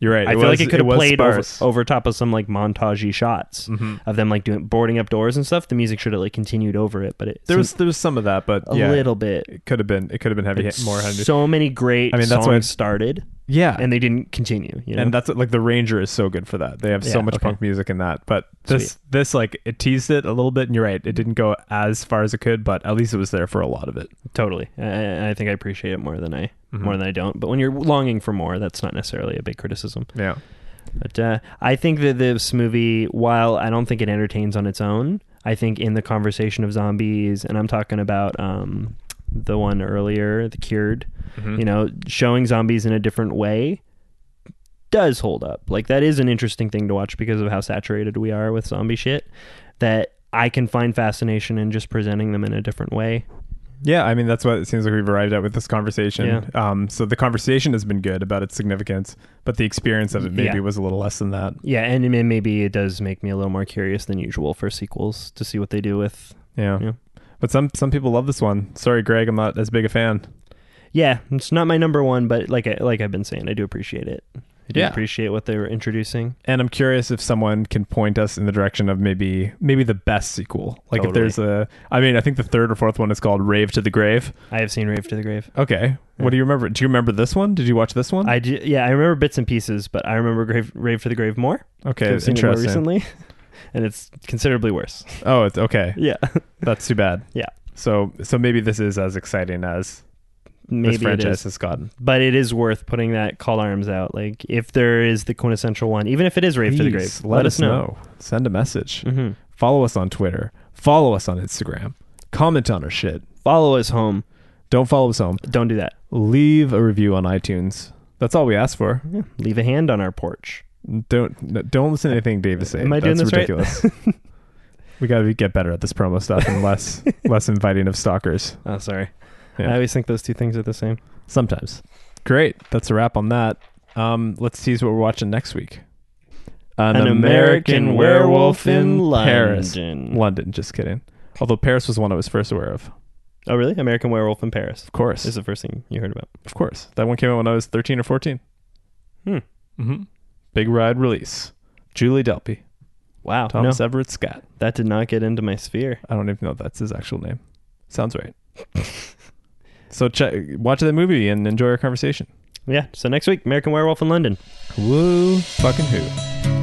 You're right.
I feel like
was-
it could have
was
played over,
sparse. Oh, Mm-hmm.
over top of some like montagey shots of them like doing boarding up doors and stuff. The music should have like continued over it, but it
There was
seemed
there was some of that, but
a
yeah,
little bit.
It could have been. It could have been heavy, hit, more heavy.
So many great
I mean, that's
songs
why-
started
yeah,
and they didn't continue. You know?
and that's like the Ranger is so good for that. They have so
Yeah,
much
okay.
punk music in that. But this this like it teased it a little bit, and you're right. It didn't go as far as it could, but at least it was there for a lot of it.
totally. I, I think I appreciate it more than I
Mm-hmm.
more than I don't. But when you're longing for more, that's not necessarily a big criticism.
Yeah,
But uh, I think that this movie, while I don't think it entertains on its own, I think in the conversation of zombies, and I'm talking about um, the one earlier, The Cured, you know, showing zombies in a different way does hold up. Like, that is an interesting thing to watch because of how saturated we are with zombie shit. That I can find fascination in just presenting them in a different way.
yeah. I mean, that's what it seems like we've arrived at with this conversation. Um, so the conversation has been good about its significance, but the experience of it maybe
Yeah.
was a little less than that.
Yeah, and, and maybe it does make me a little more curious than usual for sequels to see what they do with
Yeah.
Yeah.
But some some people love this one. Sorry, Greg, I'm not as big a fan.
Yeah, it's not my number one, but like I, like I've been saying, I do appreciate it. I do
Yeah.
appreciate what they were introducing.
And I'm curious if someone can point us in the direction of maybe maybe the best sequel. Like
Totally.
if there's a I mean, I think the third or fourth one is called Rave to the Grave.
I have seen Rave to the Grave.
Okay. What do you remember? Do you remember this one? Did you watch this one?
I do, yeah, I remember bits and pieces, but I remember Grave, Rave to the Grave more. 'cause
okay,
I've seen it more
interesting.
recently, <laughs> and it's considerably worse. <laughs>
Oh, it's okay. <laughs>
Yeah,
That's too bad.
<laughs> Yeah.
So so maybe this is as exciting as
maybe
this
it
franchise
is,
has gotten.
but it is worth putting that call arms out. Like if there is the quintessential one, even if it is Rave to the Grave,
Please let, us know. Send a message.
Mhm.
Follow us on Twitter. Follow us on Instagram. Comment on our shit.
Follow us home.
Don't follow us home.
Don't do that.
leave a review on iTunes. That's all we ask for.
Yeah. Leave a hand on our porch.
Don't no- don't listen to anything Dave is saying.
Am I doing
That's
this right? <laughs>
ridiculous. we got to get better at this promo stuff
<laughs>
and less less inviting of stalkers
Oh, sorry.
Yeah.
I always think those two things are the same.
sometimes. Great. That's a wrap on that. Um, let's tease what we're watching next week. An,
An American Werewolf in
Paris.
London.
London, just kidding. Although Paris was one I was first aware of. Of
Oh, really? American Werewolf in Paris
course.
is the first thing you heard about.
Of course. That one came out when I was 13 or 14.
Hmm.
hmm Big Ride release. Julie Delpy.
Wow.
Thomas
no,
Everett Scott.
that did not get into my sphere.
I don't even know if that's his actual name. Sounds right. <laughs> so check, watch that movie and enjoy our conversation.
Yeah. So next week, American Werewolf in London.
Woo fucking who.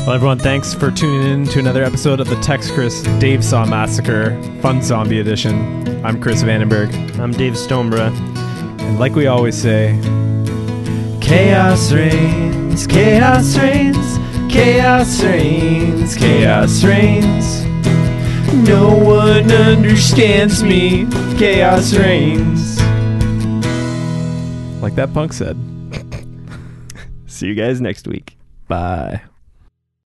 Well, everyone, thanks for tuning in to another episode of the Tex Chris Dave Saw Massacre Fun Zombie Edition. I'm Chris Vandenberg,
I'm Dave Stonebra.
and like we always say,
Chaos reigns, chaos reigns, chaos reigns, chaos reigns. No one understands me. Chaos reigns.
like that punk said,
See you guys next week.
bye.